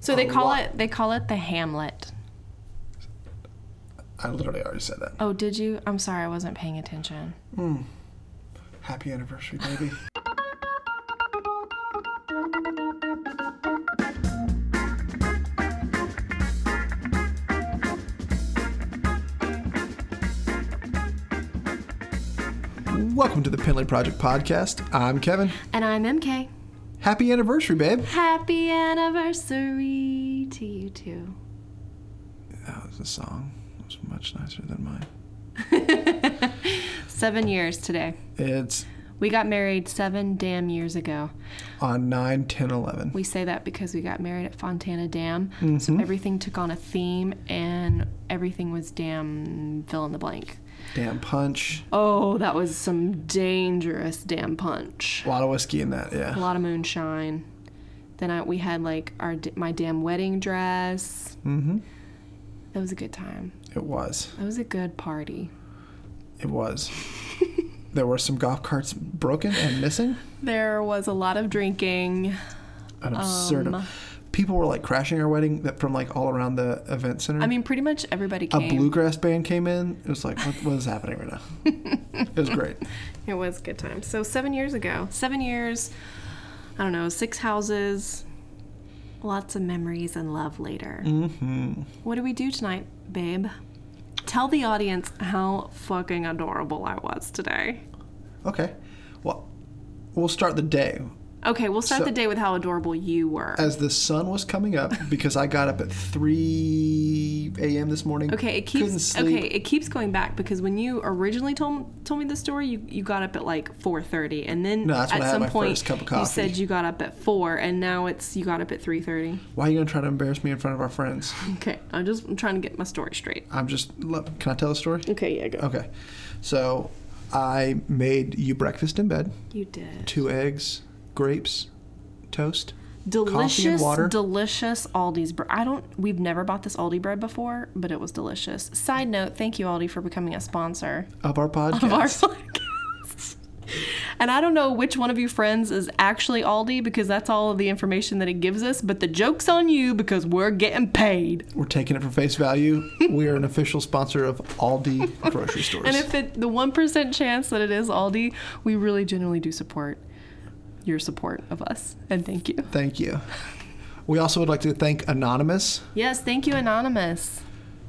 So they A call lot. it they call it the Hamlet. I literally already said that. Oh, did you? I'm sorry, I wasn't paying attention. Happy anniversary, baby. Welcome to the Penley Project Podcast. I'm Kevin. And I'm MK. Happy anniversary, babe. Happy anniversary to you too. Oh, That was a song. It was much nicer than mine. Seven years today. It's We got married seven damn years ago. on 9, 10, 11. We say that because we got married at Fontana Dam. So everything took on a theme and everything was damn fill in the blank. Damn punch. Oh, that was some dangerous damn punch. A lot of whiskey in that, A yeah. lot of moonshine. Then I, we had like our d- my damn wedding dress. Mm-hmm. That was a good time. It was. That was a good party. It was. there were some golf carts broken and missing. There was a lot of drinking. An absurd. Um. people were like crashing our wedding that from like all around the event center. I mean, pretty much everybody a came. bluegrass band came in. It was like, what, what is happening right now? it was great. It was a good time. So seven years ago, seven years, I don't know, six houses, lots of memories and love later. Mm. Mm-hmm. Hmm. What do we do tonight, babe? Tell the audience how fucking adorable I was today. Okay. Well, we'll start the day. Okay, we'll start So- the day with how adorable you were. As the sun was coming up, because I got up at 3 a.m. this morning. Okay, it Couldn't keeps sleep. okay, it keeps going back because when you originally told told me the story, you, you got up at like 4:30 and then No, that's at when I had some my point first cup of you coffee. said you got up at 4 and now it's you got up at 3:30. Why are you going to try to embarrass me in front of our friends? Okay, I'm just I'm trying to get my story straight. I'm just. look, Can I tell a story? Okay, yeah, go. Okay. So I made you breakfast in bed. You did. two eggs, grapes, toast. Delicious, water. delicious Aldi's bread. I don't, we've never bought this Aldi bread before, but it was delicious. Side note, thank you, Aldi, for becoming a sponsor Of our podcast. of our podcast. And I don't know which one of you friends is actually Aldi because that's all of the information that it gives us, but the joke's on you because we're getting paid. We're taking it for face value. we are an official sponsor of Aldi grocery stores. And if it, the 1% chance that it is Aldi, we really genuinely do support your support of us. And thank you. thank you. We also would like to thank Anonymous. Yes, thank you, Anonymous.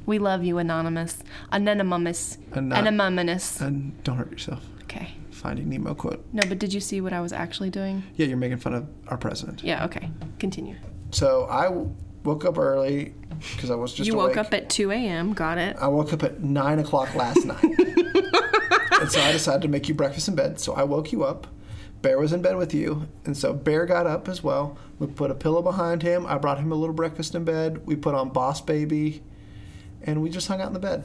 We love you, Anonymous. Anonymous. Ano- Anonymous. And don't hurt yourself. Okay. Finding Nemo quote. No, but did you see what I was actually doing? Yeah, you're making fun of our president. Yeah, okay. Continue. So I w- woke up early because I was just You awake. woke up at 2 a.m., got it. I woke up at nine o'clock last night. and so I decided to make you breakfast in bed. So I woke you up. Bear was in bed with you. And so Bear got up as well. We put a pillow behind him. I brought him a little breakfast in bed. We put on Boss Baby. And we just hung out in the bed.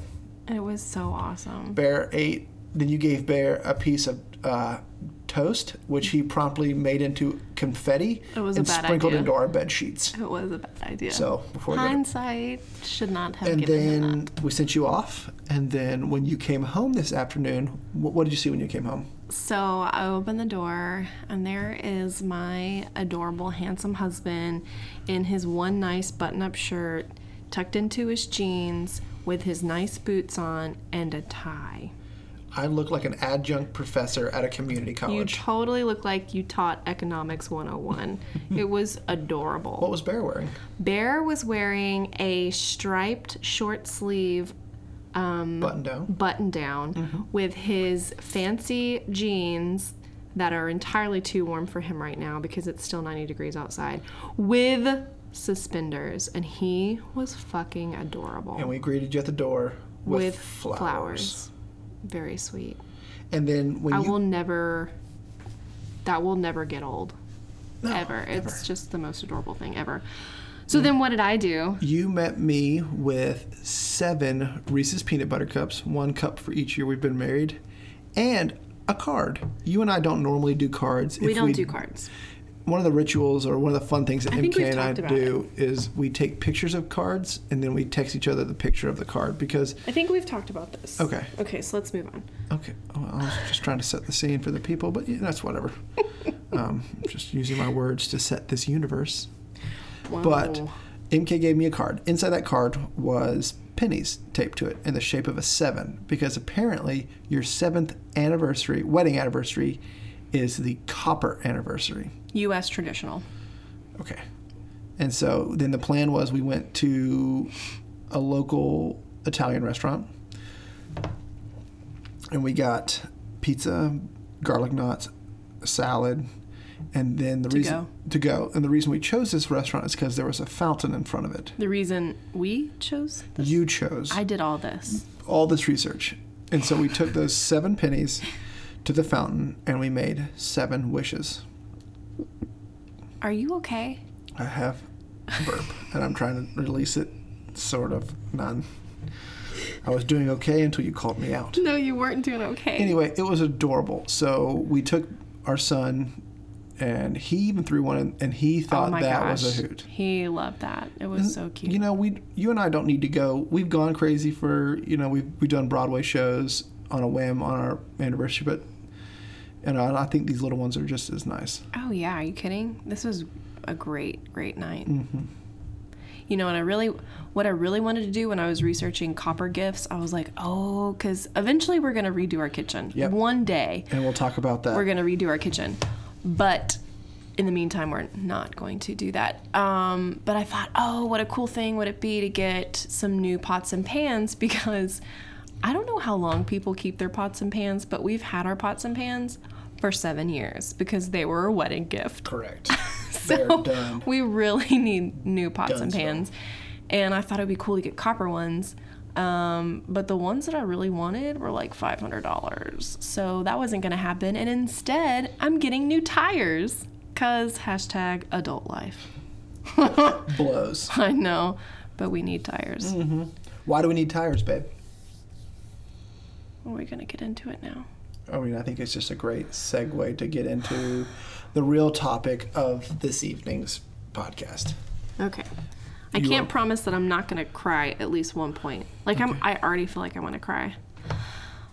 It was so awesome. Bear ate. Then you gave Bear a piece of uh, toast, which he promptly made into confetti It was a and bad sprinkled idea. into our bed sheets. It was a bad idea. So before we go to Hindsight should not have and given him then we sent you off. And then when you came home this afternoon, what, what did you see when you came home? that. So I open the door, and there is my adorable, handsome husband in his one nice button up shirt, tucked into his jeans, with his nice boots on, and a tie. I look like an adjunct professor at a community You college. totally look like you taught Economics 101. it was adorable. what was Bear wearing? Bear was wearing a striped short sleeve Button down. button down Mm-hmm. with his fancy jeans that are entirely too warm for him right now because it's still 90 degrees outside with suspenders and he was fucking adorable And we greeted you at the door with, flowers. flowers. Very sweet. And then when I you will never that will never get old. ever. It's just the most adorable thing ever. Mm. So then what did I do? you met me with seven Reese's peanut butter cups, one cup for each year we've been married, and a card. You and I don't normally do cards. We don't do cards. one of the rituals or one of the fun things that think MK we've and I talked about do is we take pictures of cards and then we text each other the picture of the card because I think we've talked about this. Okay. Okay, so let's move on. okay, oh, I was just trying to set the scene for the people, but yeah, that's whatever. Oh. um, just using my words to set this universe. But MK gave me a card. Inside that card was pennies taped to it in the shape of a seven, because apparently your seventh anniversary, wedding anniversary, is the copper anniversary. U.S. traditional. Okay. And so then the plan was we went to a local Italian restaurant and we got pizza, garlic knots, salad, and then the reason go. to go. And the reason we chose this restaurant is because there was a fountain in front of it. The reason we chose this, You chose I did all this. all this research. And so we took those seven pennies to the fountain and we made seven wishes. Are you okay? I have a burp, and I'm trying to release it, sort of. None. I was doing okay until you called me out. No, you weren't doing okay. Anyway, it was adorable. So we took our son, and he even threw one, in, and he oh thought my that gosh, was a hoot. Mm-hmm. he loved that. It was so cute. You know, we, you and I don't need to go. We've gone crazy for, you know, we've we've done Broadway shows on a whim on our anniversary, but, and I, I think these little ones are just as nice. Oh yeah, are you kidding? This was a great, great night. Mm-hmm. You know, and I really, what I really wanted to do when I was researching copper gifts, I was like, oh, because eventually we're gonna redo our kitchen. Yep. One day And we'll talk about that. we're gonna redo our kitchen, but in the meantime, we're not going to do that. Um, but I thought, oh, what a cool thing would it be to get some new pots and pans because I don't know how long people keep their pots and pans, but we've had our pots and pans for seven years because they were a wedding gift. Correct. So They're done. we really need new pots Done and stuff. pans. And I thought it'd be cool to get copper ones. Um, but the ones that I really wanted were like $500. So that wasn't going to happen. And instead, I'm getting new tires because hashtag adult life. Blows. I know, but we need tires. Mm-hmm. Why do we need tires, babe? Are we going to get into it now? I mean, I think it's just a great segue to get into the real topic of this evening's podcast. Okay. I You can't are- promise that I'm not going to cry at least one point. Like I'm I already feel like I want to cry.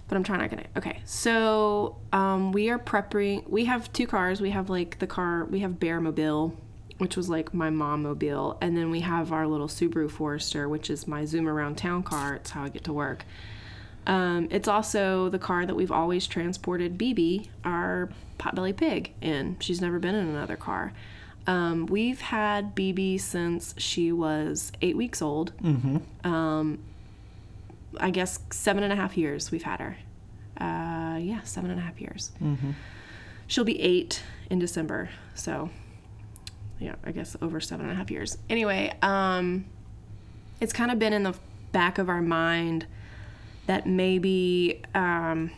But I'm trying not to. Okay. So, um we are prepping we have two cars. We have like the car we have Bear Mobile, which was like my mom mobile, and then we have our little Subaru Forester, which is my zoom around town car. It's how I get to work. Um, it's also the car that we've always transported BB, our potbelly pig, in. She's never been in another car. Um, we've had BB since she was eight weeks old. Mm-hmm. Um, I guess seven and a half years we've had her. Uh, yeah, seven and a half years. Mm-hmm. She'll be eight in December. So, yeah, I guess over seven and a half years. Anyway, um, it's kind of been in the back of our mind that maybe um,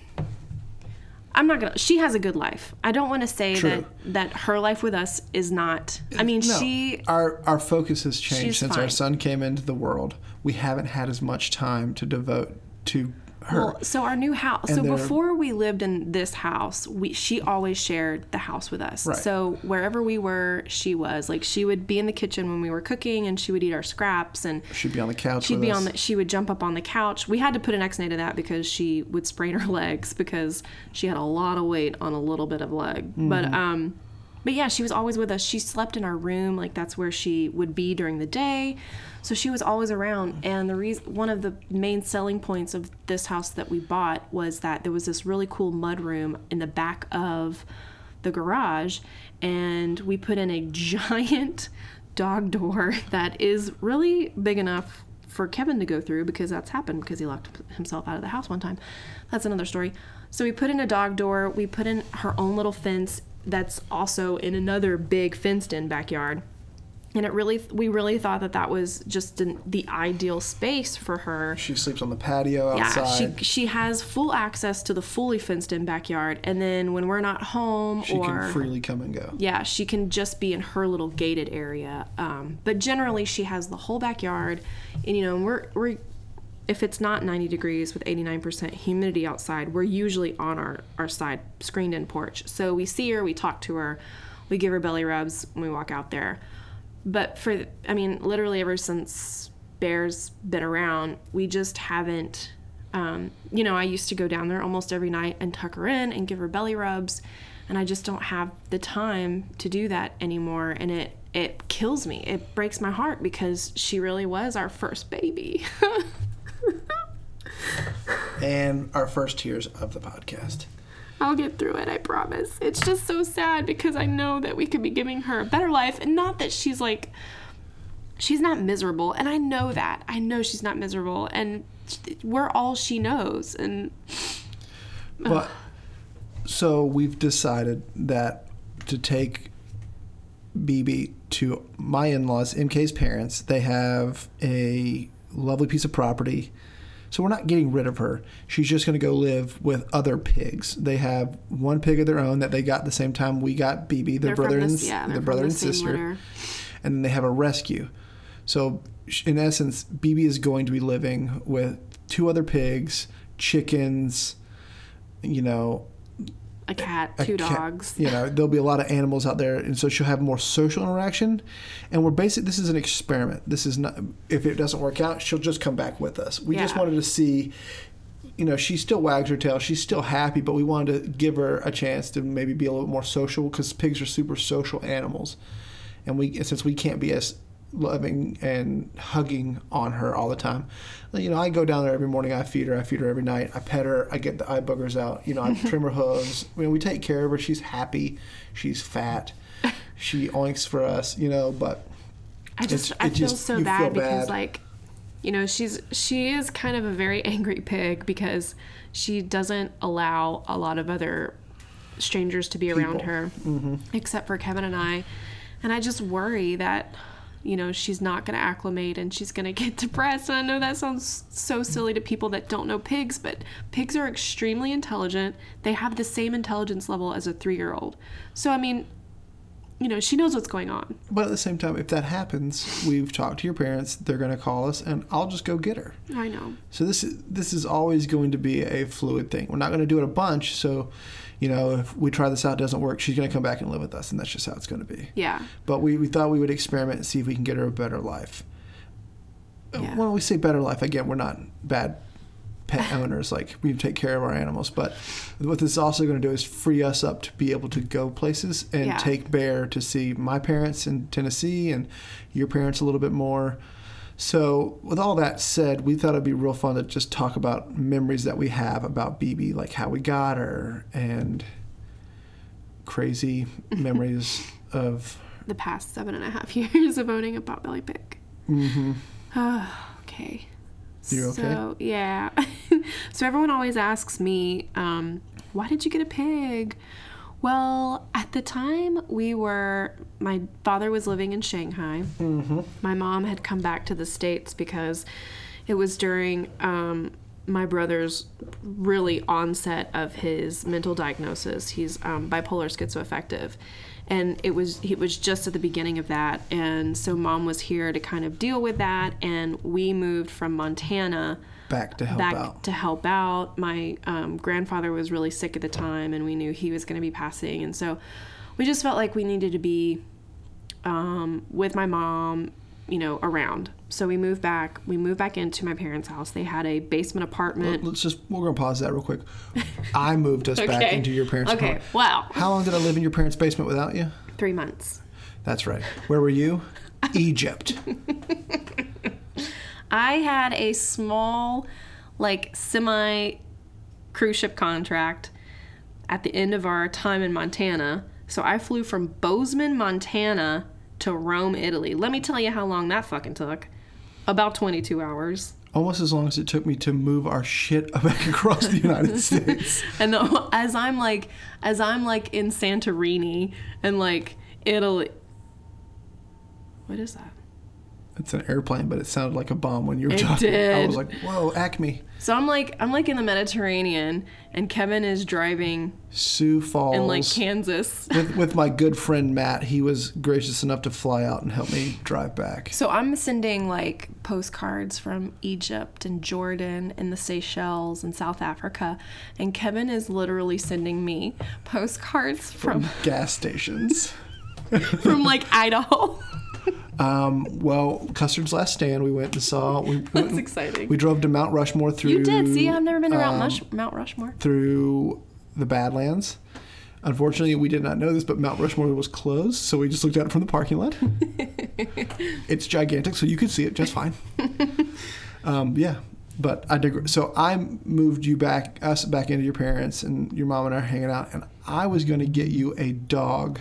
I'm not gonna. She has a good life. I don't want to say True. that that her life with us is not. I mean, No, she. our our focus has changed she's since our fine. son came into the world. We haven't had as much time to devote to her. Well, so our new house. so they're- before we lived in this house, we she always shared the house with us. Right. So wherever we were, she was like she would be in the kitchen when we were cooking, and she would eat our scraps, and She'd be on the couch. she'd with be us. on the she would jump up on the couch we had to put an x-nay to that because she would sprain her legs because she had a lot of weight on a little bit of leg but um but yeah she was always with us she slept in our room like that's where she would be during the day so she was always around and the reason one of the main selling points of this house that we bought was that there was this really cool mud room in the back of the garage and we put in a giant dog door that is really big enough for Kevin to go through because that's happened because he locked himself out of the house one time. That's another story. So we put in a dog door, we put in her own little fence that's also in another big fenced in backyard. And it really, we really thought that that was just an, the ideal space for her. She sleeps on the patio outside. Yeah, she she has full access to the fully fenced in backyard, and then when we're not home She or can freely come and go. yeah, she can just be in her little gated area. Um, but generally, she has the whole backyard, and you know, we're we're if it's not 90 degrees with 89% humidity outside, we're usually on our our side screened in porch. So we see her, we talk to her, we give her belly rubs, and we walk out there. But for I mean, literally ever since Bear's been around, we just haven't. Um, you know, I used to go down there almost every night and tuck her in and give her belly rubs and I just don't have the time to do that anymore and it it kills me. It breaks my heart because she really was our first baby. and our first tears of the podcast. I'll get through it, I promise. It's just so sad because I know that we could be giving her a better life and not that she's like she's not miserable and I know that. I know she's not miserable and we're all she knows and But so we've decided that to take BB to my in-laws, MK's parents. They have a lovely piece of property. So we're not getting rid of her. She's just going to go live with other pigs. They have one pig of their own that they got the same time we got BB, they're their brother from and the- s- yeah, they're their from brother the and same sister. litter. and then they have a rescue. So, sh- in essence, BB is going to be living with two other pigs, chickens, you know, A cat, a two cat- dogs. You know, there'll be a lot of animals out there, and so she'll have more social interaction. And we're basically this is an experiment. This is not. If it doesn't work out, she'll just come back with us. We just Yeah. wanted to see. You know, she still wags her tail. She's still happy, but we wanted to give her a chance to maybe be a little more social because pigs are super social animals, and we and since we can't be as loving and hugging on her all the time. You know, I go down there every morning. I feed her. I feed her every night. I pet her. I get the eye boogers out. You know, I trim her hooves. I mean, we take care of her. She's happy. She's fat. She oinks for us. You know, but I just It's- I it feel just- so you feel bad because bad. like you know she's she is kind of a very angry pig because she doesn't allow a lot of other strangers to be around People. Mm-hmm. her except for Kevin and I and I just worry that you know she's not going to acclimate and she's going to get depressed and I know that sounds so silly to people that don't know pigs but pigs are extremely intelligent they have the same intelligence level as a 3-year-old so I mean you know she knows what's going on but at the same time, if that happens, we've talked to your parents. They're going to call us, and I'll just go get her. I know So this is this is always going to be a fluid thing. We're not going to do it a bunch. So, you know, if we try this out, it doesn't work, she's going to come back and live with us, and that's just how it's going to be. yeah But we, we thought we would experiment and see if we can get her a better life. Uh, Yeah. When we say better life, again, we're not bad pet owners. Like we take care of our animals, but what this is also going to do is free us up to be able to go places and Yeah. take Bear to see my parents in Tennessee and your parents a little bit more. So, with all that said, we thought it'd be real fun to just talk about memories that we have about BB, like how we got her and crazy memories of the past seven and a half years of owning a potbelly pig. Mm-hmm. okay. You okay? So yeah. so everyone always asks me, um, why did you get a pig? Well, at the time we were, my father was living in Shanghai. Mm-hmm. My mom had come back to the states because it was during um, my brother's really onset of his mental diagnosis. He's um, bipolar schizoaffective, and it was it was just at the beginning of that. And so mom was here to kind of deal with that, and we moved from Montana back to help back out. to help out. My um, grandfather was really sick at the time, and we knew he was going to be passing, and so we just felt like we needed to be um, with my mom, you know, around. So we moved back. We moved back into my parents' house. They had a basement apartment. Let's just we're gonna pause that real quick. I moved us back into your parents' Okay. apartment. Wow. How long did I live in your parents' basement without you? Three months. That's right. Where were you? Egypt. I had a small, like, semi cruise ship contract at the end of our time in Montana. So I flew from Bozeman, Montana to Rome, Italy. Let me tell you how long that fucking took. About 22 hours. Almost as long as it took me to move our shit back across the United States. And the, as I'm like, as I'm like in Santorini and like Italy. What is that? It's an airplane, but it sounded like a bomb when you were It talking. I did. was like, whoa, Acme, So I'm like, I'm like in the Mediterranean, and Kevin is driving Sioux Falls. in like Kansas. with, with my good friend Matt, he was gracious enough to fly out and help me drive back. So I'm sending like postcards from Egypt and Jordan and the Seychelles and South Africa, and Kevin is literally sending me postcards from Gas stations. from like Idaho. Um, well, Custard's Last Stand, we went and saw. We, That's exciting. We um, drove to Mount Rushmore through. you did see? I've never been around um, Mush- Mount Rushmore. through the Badlands. Unfortunately, we did not know this, but Mount Rushmore was closed, so we just looked at it from the parking lot. it's gigantic, so you could see it just fine. um, yeah, but I dig- So I moved you back, us back into your parents, and your mom and I are hanging out, and I was going to get you a dog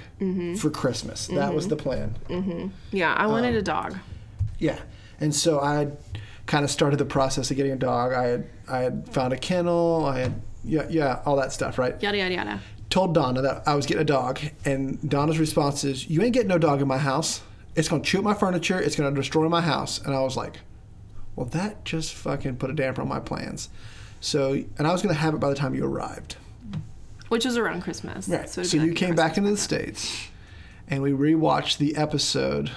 for Christmas. That was the plan. Yeah, I wanted a dog. Yeah, and so I had kind of started the process of getting a dog. I had I had found a kennel. I had yeah yeah all that stuff right. Yada yada yada. Told Donna that I was getting a dog, and Donna's response is, "You ain't getting no dog in my house. It's gonna chew up my furniture. It's gonna destroy my house." And I was like, "Well, that just fucking put a damper on my plans." So, and I was gonna have it by the time you arrived. Which was around Christmas. Right. So, it'd be you like came Christmas back into the present. states, and we rewatched the episode.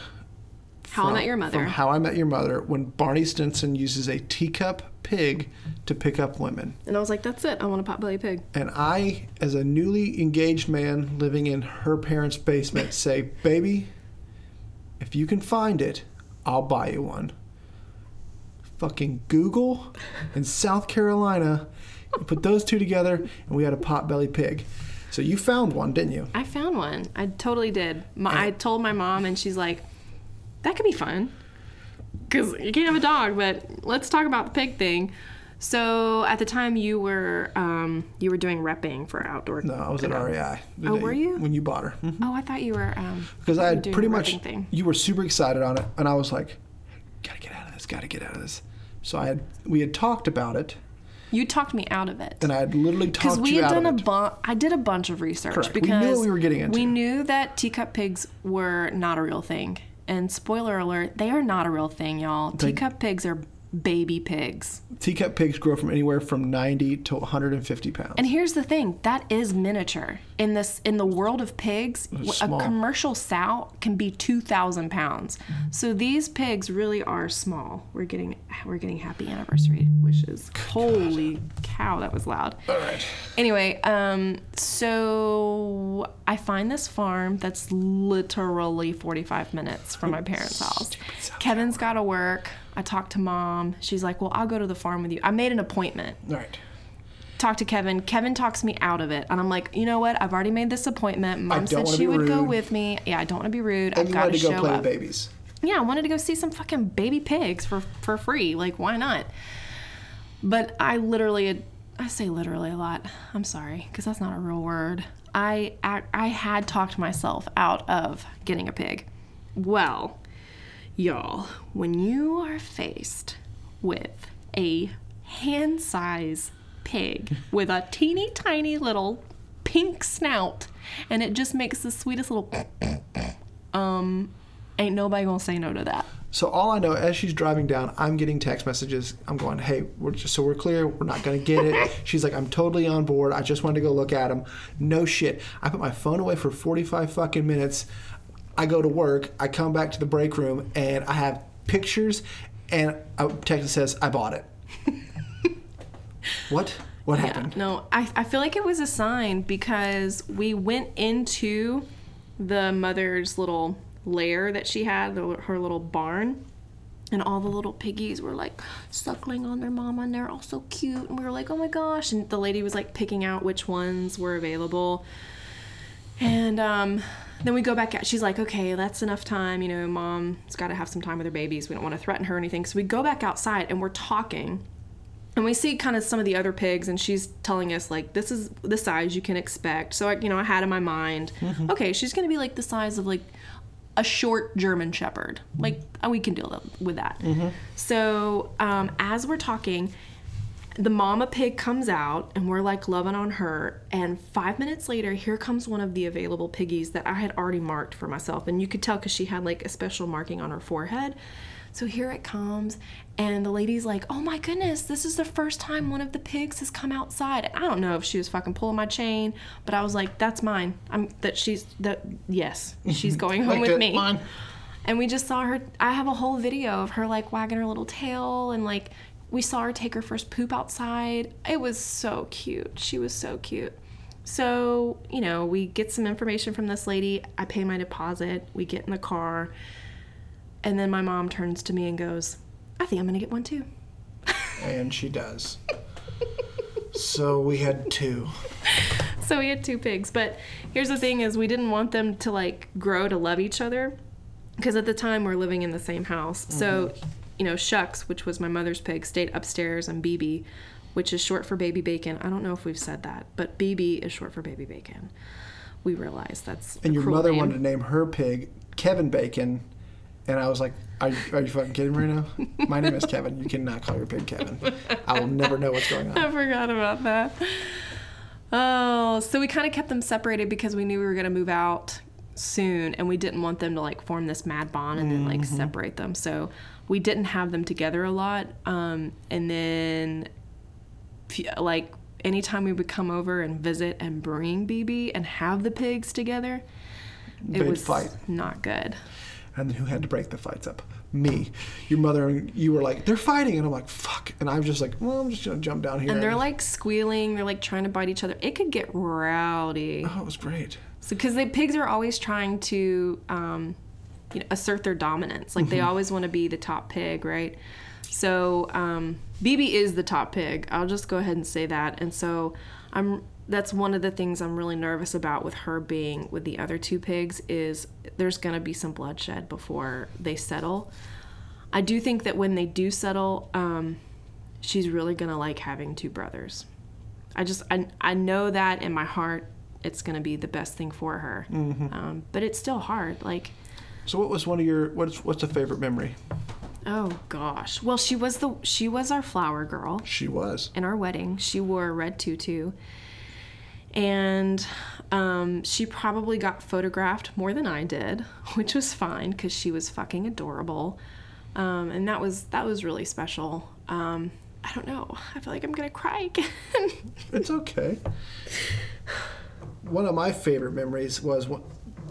How I Met Your Mother. From How I Met Your Mother, when Barney Stinson uses a teacup pig to pick up women, And I was like, that's it. I want a potbelly pig. and I, as a newly engaged man living in her parents' basement, say, "Baby, if you can find it, I'll buy you one." Fucking Google in South Carolina, you put those two together, and we had a potbelly pig. So you found one, didn't you? I found one. I totally did. My, I told my mom, and she's like, that could be fun. Because you can't have a dog, but let's talk about the pig thing. So at the time you were um, you were doing repping for outdoor. No, I was at REI. the Oh, day were you? When you bought her. Mm-hmm. Oh, I thought you were um, Because I you had doing pretty the much, repping thing. you were super excited on it, and I was like, gotta get out of this, gotta get out of this. So I had, we had talked about it, You talked me out of it. and I had literally because talked we you had out done a of it. bunch. I did a bunch of research Correct. We knew because what we were getting into. we knew that teacup pigs were not a real thing. And spoiler alert, they are not a real thing, y'all. Teacup pigs are baby pigs. Teacup pigs grow from anywhere from 90 to 150 pounds. And here's the thing, that is miniature. In this in the world of pigs, w- small. a commercial sow can be 2000 pounds. So these pigs really are small. We're getting we're getting happy anniversary wishes. Holy cow, that was loud. All right. Anyway, um, so I find this farm that's literally 45 minutes from my parents' house. Kevin's got to work. I talked to mom. She's like, Well, I'll go to the farm with you. I made an appointment. All right. Talk to Kevin. Kevin talks me out of it. And I'm like, You know what? I've already made this appointment. Mom don't said wanna she be would go rude. with me. Yeah, I don't want to be rude. And I've you got wanted to to go show play with up. babies. Yeah, I wanted to go see some fucking baby pigs for for free. Like, why not? But I literally, I say literally a lot. I'm sorry, because that's not a real word. I, I I had talked myself out of getting a pig. Well, y'all, when you are faced with a hand size pig with a teeny tiny little pink snout, and it just makes the sweetest little Ain't nobody gonna say no to that. So all I know, as she's driving down, I'm getting text messages. I'm going, hey, we're just, so we're clear, we're not going to get it. she's like, I'm totally on board. I just wanted to go look at him. No shit. I put my phone away for 45 fucking minutes. I go to work. I come back to the break room, and I have pictures, and a text that says, I bought it. what? What happened? No, I, I feel like it was a sign because we went into the mother's little lair that she had, the, her little barn, and all the little piggies were like suckling on their mama and they're all so cute. And we were like, oh my gosh. And the lady was like picking out which ones were available. And um, then we go back out. She's like, okay, that's enough time. You know, mom's got to have some time with her babies. We don't want to threaten her or anything. So we go back outside and we're talking. And we see kind of some of the other pigs, and she's telling us, like, this is the size you can expect. So, I, you know, I had in my mind, okay, she's going to be like the size of like a short German Shepherd. Like, uh, we can deal with that. So, um, as we're talking, the mama pig comes out and we're like loving on her and five minutes later here comes one of the available piggies that i had already marked for myself and you could tell because she had like a special marking on her forehead so here it comes and the lady's like oh my goodness this is the first time one of the pigs has come outside and i don't know if she was fucking pulling my chain but i was like that's mine i'm that she's that yes she's going home Like with that me line, and we just saw her. I have a whole video of her like wagging her little tail and like we saw her take her first poop outside. It was so cute. She was so cute. So, you know, we get some information from this lady. I pay my deposit. We get in the car. And then my mom turns to me and goes, I think I'm going to get one too. And she does. so we had two. so we had two pigs. But here's the thing: is we didn't want them to like grow to love each other, because at the time we're living in the same house. So, Mm-hmm. you know, Shucks, which was my mother's pig, stayed upstairs, and BB, which is short for baby bacon. I don't know if we've said that, but BB is short for baby bacon. We realized that's a And your cruel mother name. wanted to name her pig Kevin Bacon, and I was like, "Are you, are you fucking kidding me right now? My name is Kevin. You cannot call your pig Kevin. I will never know what's going on." I forgot about that. Oh, so we kind of kept them separated because we knew we were going to move out soon and we didn't want them to like form this mad bond and then like Mm-hmm. separate them. So we didn't have them together a lot. Um, and then f- like anytime we would come over and visit and bring BB and have the pigs together, it They'd was fight. not good. And who had to break the fights up? Me. Your mother and you were like, "They're fighting," and I'm like, "Fuck!" And I'm just like, "Well, I'm just gonna jump down here." And they're like squealing, they're like trying to bite each other. It could get rowdy. "Oh, it was great." So, because the pigs are always trying to, um, you know, assert their dominance. Like they always want to be the top pig, right? So, um, BB is the top pig. I'll just go ahead and say that. And so, I'm. That's one of the things I'm really nervous about with her being with the other two pigs is there's going to be some bloodshed before they settle. I do think that when they do settle, um, she's really going to like having two brothers. I just I, I know that in my heart it's gonna be the best thing for her. Um, but it's still hard. Like So, what was one of your what's what's a favorite memory? oh gosh. Well, she was the she was our flower girl She was. in our wedding. She wore a red tutu, and um, she probably got photographed more than I did, which was fine because she was fucking adorable, um, and that was that was really special. Um, I don't know. I feel like I'm gonna cry again. It's okay. One of my favorite memories was when,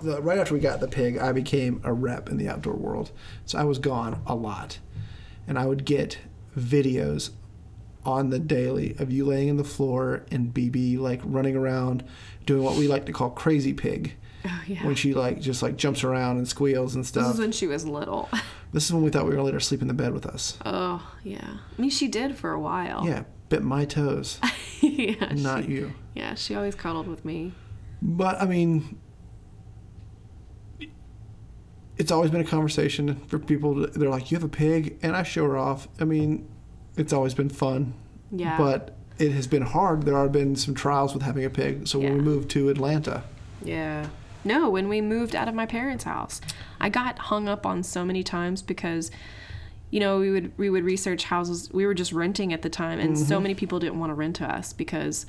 the, right after we got the pig, I became a rep in the outdoor world. So I was gone a lot. And I would get videos on the daily of you laying in the floor and BB like running around doing what we like to call crazy pig. oh yeah. When she like just like jumps around and squeals and this is stuff. when she was little. This is when we thought we were gonna let her sleep in the bed with us. Oh, yeah. I mean, she did for a while. Yeah, bit my toes, yeah, she- not you. yeah, she always cuddled with me. But I mean, it's always been a conversation for people. To, they're like, "You have a pig," and I show her off. I mean, it's always been fun. Yeah. But it has been hard. There have been some trials with having a pig. So when we Yeah. moved to Atlanta, Yeah. No, when we moved out of my parents' house, I got hung up on so many times because you know, we would we would research houses. We were just renting at the time and Mm-hmm. so many people didn't want to rent to us because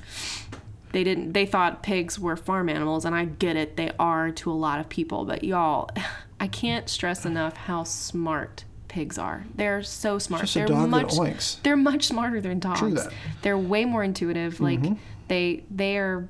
they didn't they thought pigs were farm animals and I get it. They are to a lot of people, but y'all, I can't stress enough how smart pigs are. They're so smart. just a They're dog that much oinks. they're much smarter than dogs. that. They're way more intuitive. Like they they are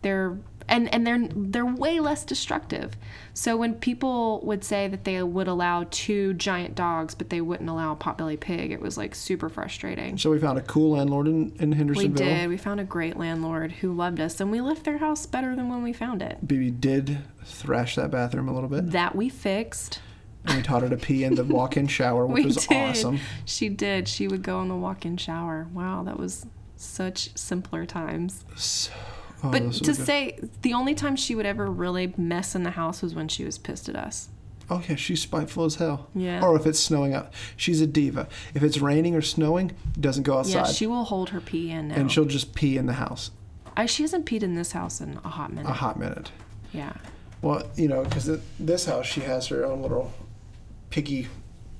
they're and and they're they're way less destructive. So when people would say that they would allow two giant dogs but they wouldn't allow a potbelly pig, it was like super frustrating. So we found a cool landlord in, in We Hendersonville. did. We found a great landlord who loved us and we left their house better than when we found it. BB did thrash that bathroom a little bit, That we fixed. and we taught her to pee in the walk-in shower, which we was did. awesome. She did. She would go in the walk-in shower. Wow, that was such simpler times. So, oh, But this was to good. say, the only time she would ever really mess in the house was when she was pissed at us. Oh yeah, she's spiteful as hell. Yeah. Or if it's snowing out, she's a diva. If it's raining or snowing, doesn't go outside, Yeah, she will hold her pee in now. and she'll just pee in the house I, she hasn't peed in this house in a hot minute. a hot minute. Yeah. Well, you know, because this house she has her own little piggy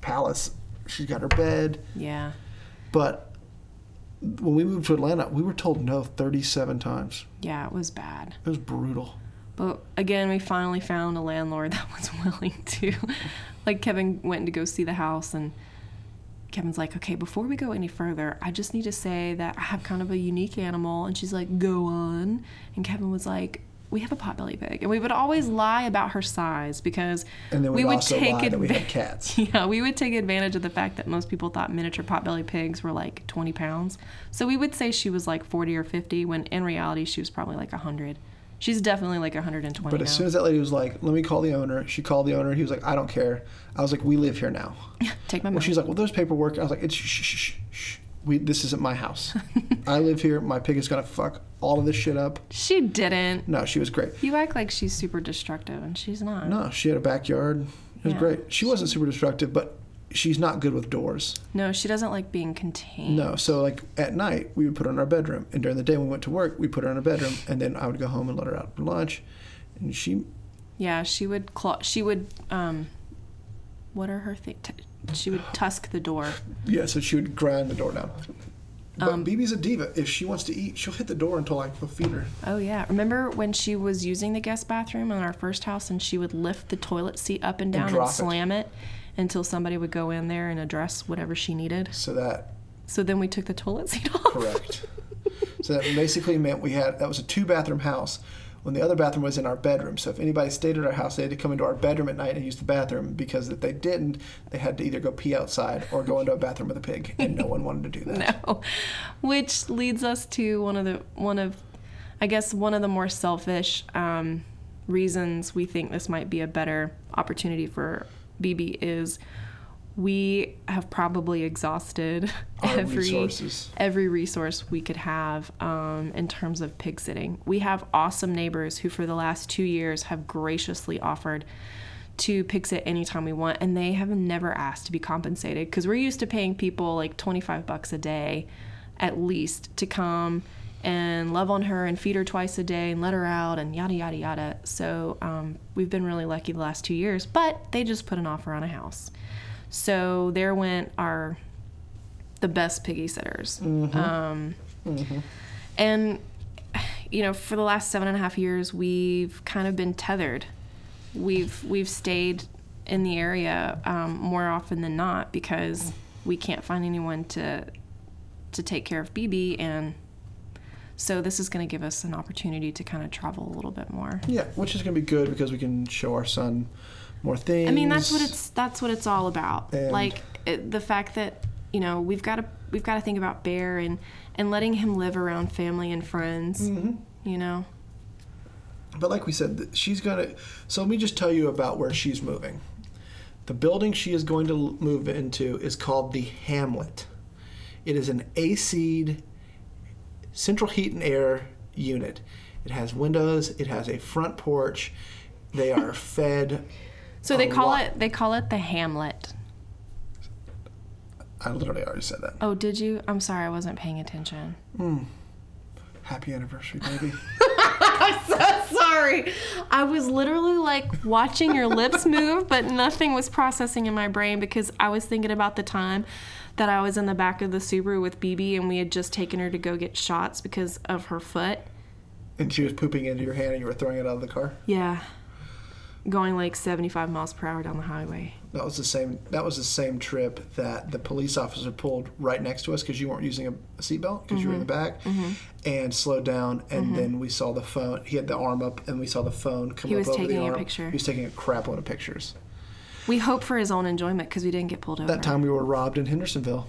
palace. She's got her bed, Yeah. but when we moved to Atlanta, we were told no 37 times. Yeah, it was bad. It was brutal. But again, we finally found a landlord that was willing to. Like, Kevin went to go see the house, and Kevin's like, okay, before we go any further, I just need to say that I have kind of a unique animal. And she's like, go on. And Kevin was like, we have a potbelly pig. And we would always lie about her size because And then we, we would also take lied that we had advan- cats. Yeah, we would take advantage of the fact that most people thought miniature potbelly pigs were like 20 pounds. So we would say she was like 40 or 50, when in reality she was probably like 100. She's definitely like 120 But now. as soon as that lady was like, "Let me call the owner," she called the owner. He was like, "I don't care." I was like, "We live here now." Take my Well, money. she's like, well, there's paperwork. I was like, it's shh, shh, shh, shh. we this isn't my house. I live here. My pig is gonna fuck all of this shit up. She didn't. No, she was great. You act like she's super destructive, and she's not. No, she had a backyard. It was Yeah. great. She wasn't super destructive, but she's not good with doors. No, she doesn't like being contained. No, so like at night we would put her in our bedroom, and during the day when we went to work, we put her in a bedroom, and then I would go home and let her out for lunch, and she Yeah, she would claw. She would. Um, what are her things? T- she would tusk the door. yeah, so she would grind the door down. But BB's a diva. If she wants to eat, she'll hit the door until I feed her. Oh yeah, remember when she was using the guest bathroom in our first house, and she would lift the toilet seat up and down and, drop it. slam it until somebody would go in there and address whatever she needed. So that So then we took the toilet seat off. correct. so that basically meant we had that was a two bathroom house. When the other bathroom was in our bedroom, so if anybody stayed at our house, they had to come into our bedroom at night and use the bathroom because if they didn't, they had to either go pee outside or go into a bathroom with a pig, and no one wanted to do that. No. Which leads us to one of the one of I guess one of the more selfish um, reasons we think this might be a better opportunity for BB is we have probably exhausted Our every resources. every resource we could have um, in terms of pig sitting. We have awesome neighbors who for the last two years have graciously offered to pig sit anytime we want and they have never asked to be compensated because we're used to paying people like 25 bucks a day at least to come and love on her and feed her twice a day and let her out and yada yada yada so um, we've been really lucky the last two years but they just put an offer on a house so there went our the best piggy sitters. Um, And, you know, for the last seven and a half years, we've kind of been tethered. We've we've stayed in the area um, more often than not because we can't find anyone to to take care of BB, and so this is going to give us an opportunity to kind of travel a little bit more. Yeah, which is going to be good because we can show our son more things. I mean, that's what it's that's what it's all about. And- like it, the fact that you know we've got to we've got to think about Bear and and letting him live around family and friends. You know, But like we said, th- she's going to. So let me just tell you about where she's moving. The building she is going to l- move into is called the Hamlet. It is an AC'd central heat and air unit. It has windows. It has a front porch. They are fed. so they A call lot. it they call it the Hamlet. I literally already said that. Oh, did you? I'm sorry, I wasn't paying attention. Happy anniversary, baby. sorry, I was literally like watching your lips move, but nothing was processing in my brain because I was thinking about the time that I was in the back of the Subaru with BB and we had just taken her to go get shots because of her foot. and she was pooping into your hand and you were throwing it out of the car. Yeah. Going like 75 miles per hour down the highway. That was the same. That was the same trip that the police officer pulled right next to us because you weren't using a, a seatbelt Mm-hmm. because you were in the back, and slowed down. And then we saw the phone. He had the arm up, and we saw the phone come He up was over taking the a arm. picture. He was taking a crap load of pictures. We hope for his own enjoyment because we didn't get pulled over. That time we were robbed in Hendersonville.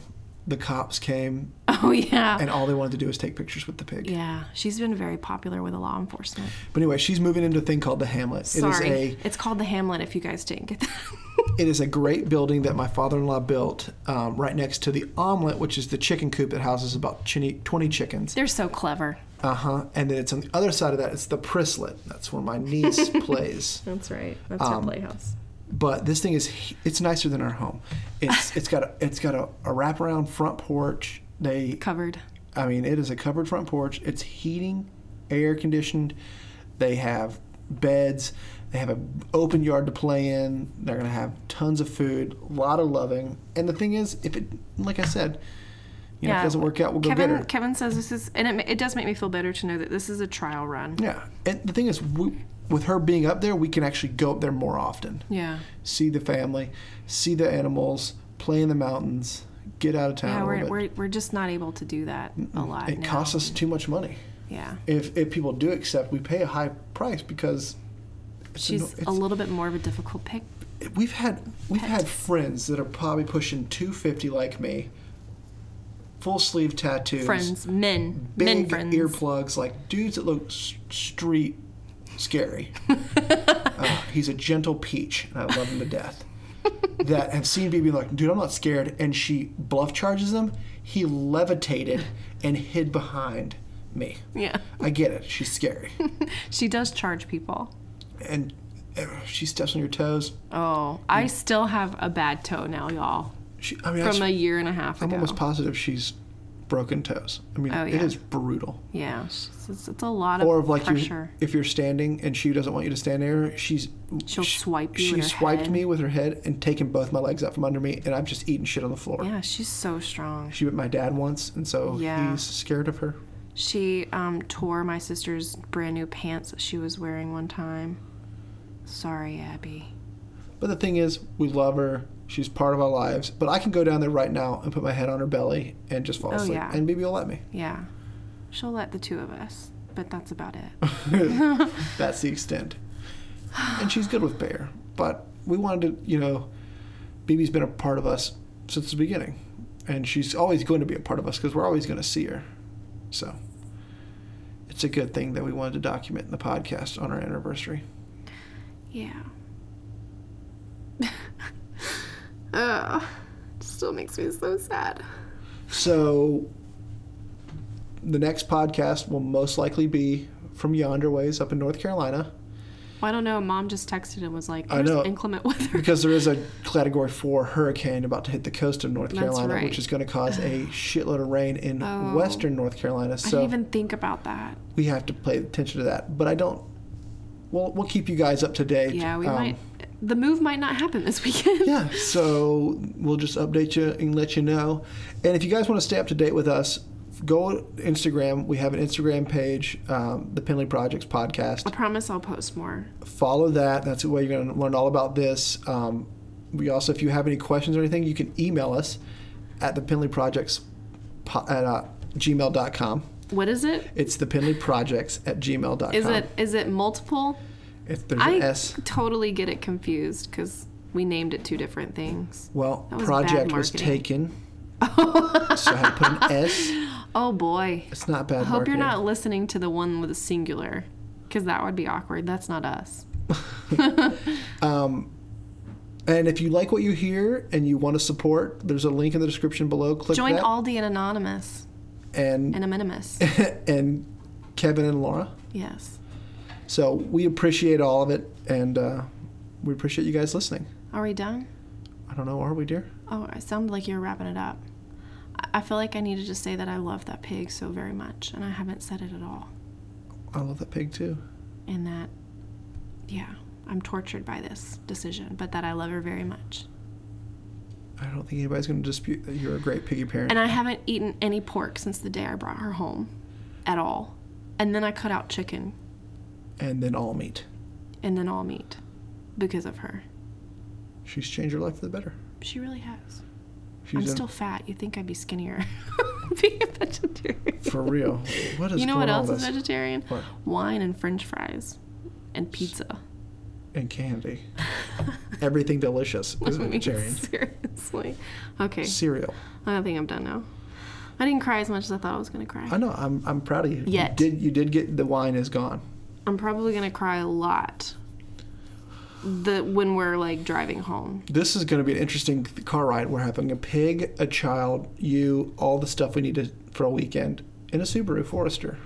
The cops came, Oh, yeah. and all they wanted to do was take pictures with the pig. yeah. She's been very popular with the law enforcement. But anyway, she's moving into a thing called the Hamlet. Sorry. It is a it's called the Hamlet if you guys didn't get that. it is a great building that my father-in-law built um, right next to the omelet, which is the chicken coop that houses about 20 chickens. They're so clever. Uh huh. And then it's on the other side of that, it's the Prislet. That's where my niece plays. That's right. That's Um, her playhouse. But this thing is, h- it's nicer than our home. It's it's got a, it's got a, a wraparound front porch. They, Covered. I mean, it is a covered front porch. It's heating, air conditioned. They have beds. They have an open yard to play in. They're gonna have tons of food, a lot of loving. And the thing is, if it, like I said, you know, if it doesn't work out, we'll Kevin, go get her. Kevin says this is, and it, ma- it does make me feel better to know that this is a trial run. Yeah, and the thing is, we, with her being up there, we can actually go up there more often, Yeah. see the family, see the animals, play in the mountains, get out of town Yeah, a we're, little bit. we're, we're just not able to do that a lot. It now. costs us too much money. Yeah. If if people do accept, we pay a high price because it's anno- She's a it's- little bit more of a difficult pick. we've had we've had pet. friends that are probably pushing two fifty like me, full sleeve tattoos, Friends, men, big men friends. earplugs, like dudes that look s- street scary. Uh, he's a gentle peach, and I love him to death. that have seen BB like, dude, I'm not scared, and she bluff charges them. He levitated and hid behind me. Yeah. I get it. She's scary, She does charge people. and uh, she steps on your toes. Oh, I still have a bad toe now, y'all. She, I mean, I From a year and a half am ago. almost positive she's broken toes. I mean, Oh, it yeah. is brutal. yeah, it's, it's, it's a lot of Or if like you, pressure. if you're standing and she doesn't want you to stand there, she's She'll she- swipe you She with her swiped head. me with her head and taken both my legs out from under me, and I'm just eating shit on the floor. Yeah, she's so strong. She bit my dad once, and so Yeah. he's scared of her. She um, tore my sister's brand new pants that she was wearing one time. Sorry, Abby. But the thing is, we love her. She's part of our lives. But I can go down there right now and put my head on her belly and just fall Oh, asleep. yeah. And maybe you'll let me. Yeah, she'll let the two of us, but that's about it. That's the extent. And she's good with Bear. But we wanted to, you know, BB's been a part of us since the beginning. And she's always going to be a part of us because we're always going to see her. So it's a good thing that we wanted to document in the podcast on our anniversary. Yeah. Ugh, Oh, it still makes me so sad. So the next podcast will most likely be from Yonder Ways up in North Carolina. Well, I don't know. Mom just texted and was like, I "There's know. inclement weather." because there is a category four hurricane about to hit the coast of North That's Carolina, right. which is going to cause a shitload of rain in Oh. western North Carolina. I So didn't even think about that. we have to pay attention to that. But I don't. We'll we'll keep you guys up to date. Yeah, we Um, might. The move might not happen this weekend. Yeah, so we'll just update you and let you know. And if you guys want to stay up to date with us, go Instagram. We have an Instagram page, um, the Penley Projects Podcast. I promise I'll post more. follow that. That's the way you're going to learn all about this. Um, we also, if you have any questions or anything, you can email us at the Pinley Projects po- at uh, gmail.com. What is it? It's the Pinley Projects at gmail.com. Is it is it multiple? If there's I an Um, S, totally get it confused because we named it two different things. well, That was project bad was marketing. taken. so I had to put an S. Oh boy. It's not bad. I hope marketing. you're not listening to the one with a singular because that would be awkward. That's not us. And if you like what you hear and you want to support, there's a link in the description below. Click Join that. Aldi and Anonymous and and Anonymous. and Kevin and Laura. yes. So we appreciate all of it, and uh, we appreciate you guys listening. Are we done? I don't know, are we, dear? Oh, it sounded like you were wrapping it up. I- I feel like I need to just say that I love that pig so very much, and I haven't said it at all. I love that pig too. And that, yeah, I'm tortured by this decision, but that I love her very much. I don't think anybody's going to dispute that you're a great piggy parent. And I haven't eaten any pork since the day I brought her home at all. And then I cut out chicken and then all meat. and then all meat because of her. She's changed her life for the better. She really has. She's I'm in- still fat. You'd think I'd be skinnier being a vegetarian. for real. What is You know what going on else with is us? vegetarian? What? Wine and french fries and pizza. And candy. Everything delicious I is mean, vegetarian. seriously. Okay, Cereal. I think I'm done now. I didn't cry as much as I thought I was going to cry. I know. I'm, I'm proud of you. Yet. You did you did get the wine is gone. I'm probably going to cry a lot the, when we're like driving home. This is going to be an interesting car ride. We're having a pig, a child, you, all the stuff we needed for a weekend, and a Subaru Forester.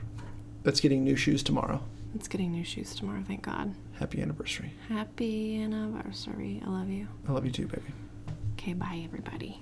That's getting new shoes tomorrow. It's getting new shoes tomorrow, thank God. Happy anniversary. Happy anniversary. I love you. I love you too, baby. Okay, bye, everybody.